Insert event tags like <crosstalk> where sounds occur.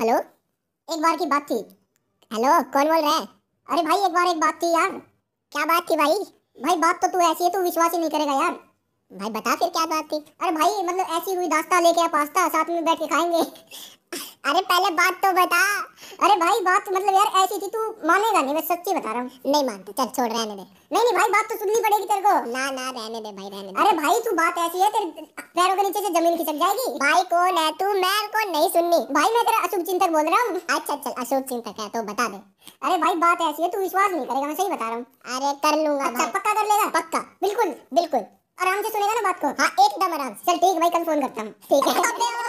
hello एक बार की बात थी हेलो कौन बोल रहा है अरे भाई एक बार एक बात थी यार क्या बात थी भाई भाई बात तो तू ऐसी है तू विश्वास ही नहीं करेगा यार भाई बता फिर क्या बात थी अरे भाई मतलब ऐसी हुई दास्ता लेके आ पास्ता साथ में बैठ के खाएंगे <laughs> अरे पहले बात तो बता अरे भाई बात मतलब यार ऐसी थी तू मानेगा नहीं मैं सच्ची बता रहा हूँ नहीं मानता चल छोड़ रहने दे नहीं नहीं भाई बात तो सुननी पड़ेगी तेरे को ना ना रहने दे भाई रहने दे अरे भाई तू बात ऐसी है तेरे पैरों के नीचे से जमीन खिसक जाएगी भाई कौन है तू मेरे को नहीं सुननी भाई मैं तेरा अशुभ चिंतक बोल रहा हूँ अच्छा चल अशोक चिंतक है तो बता दे अरे भाई बात ऐसी है तू विश्वास नहीं करेगा मैं सही बता रहा हूँ अरे कर लूंगा अच्छा भाई पक्का कर लेगा पक्का बिल्कुल बिल्कुल आराम से सुनेगा ना बात को हाँ एकदम आराम से <laughs> चल ठीक है भाई कल फोन करता हूँ ठीक है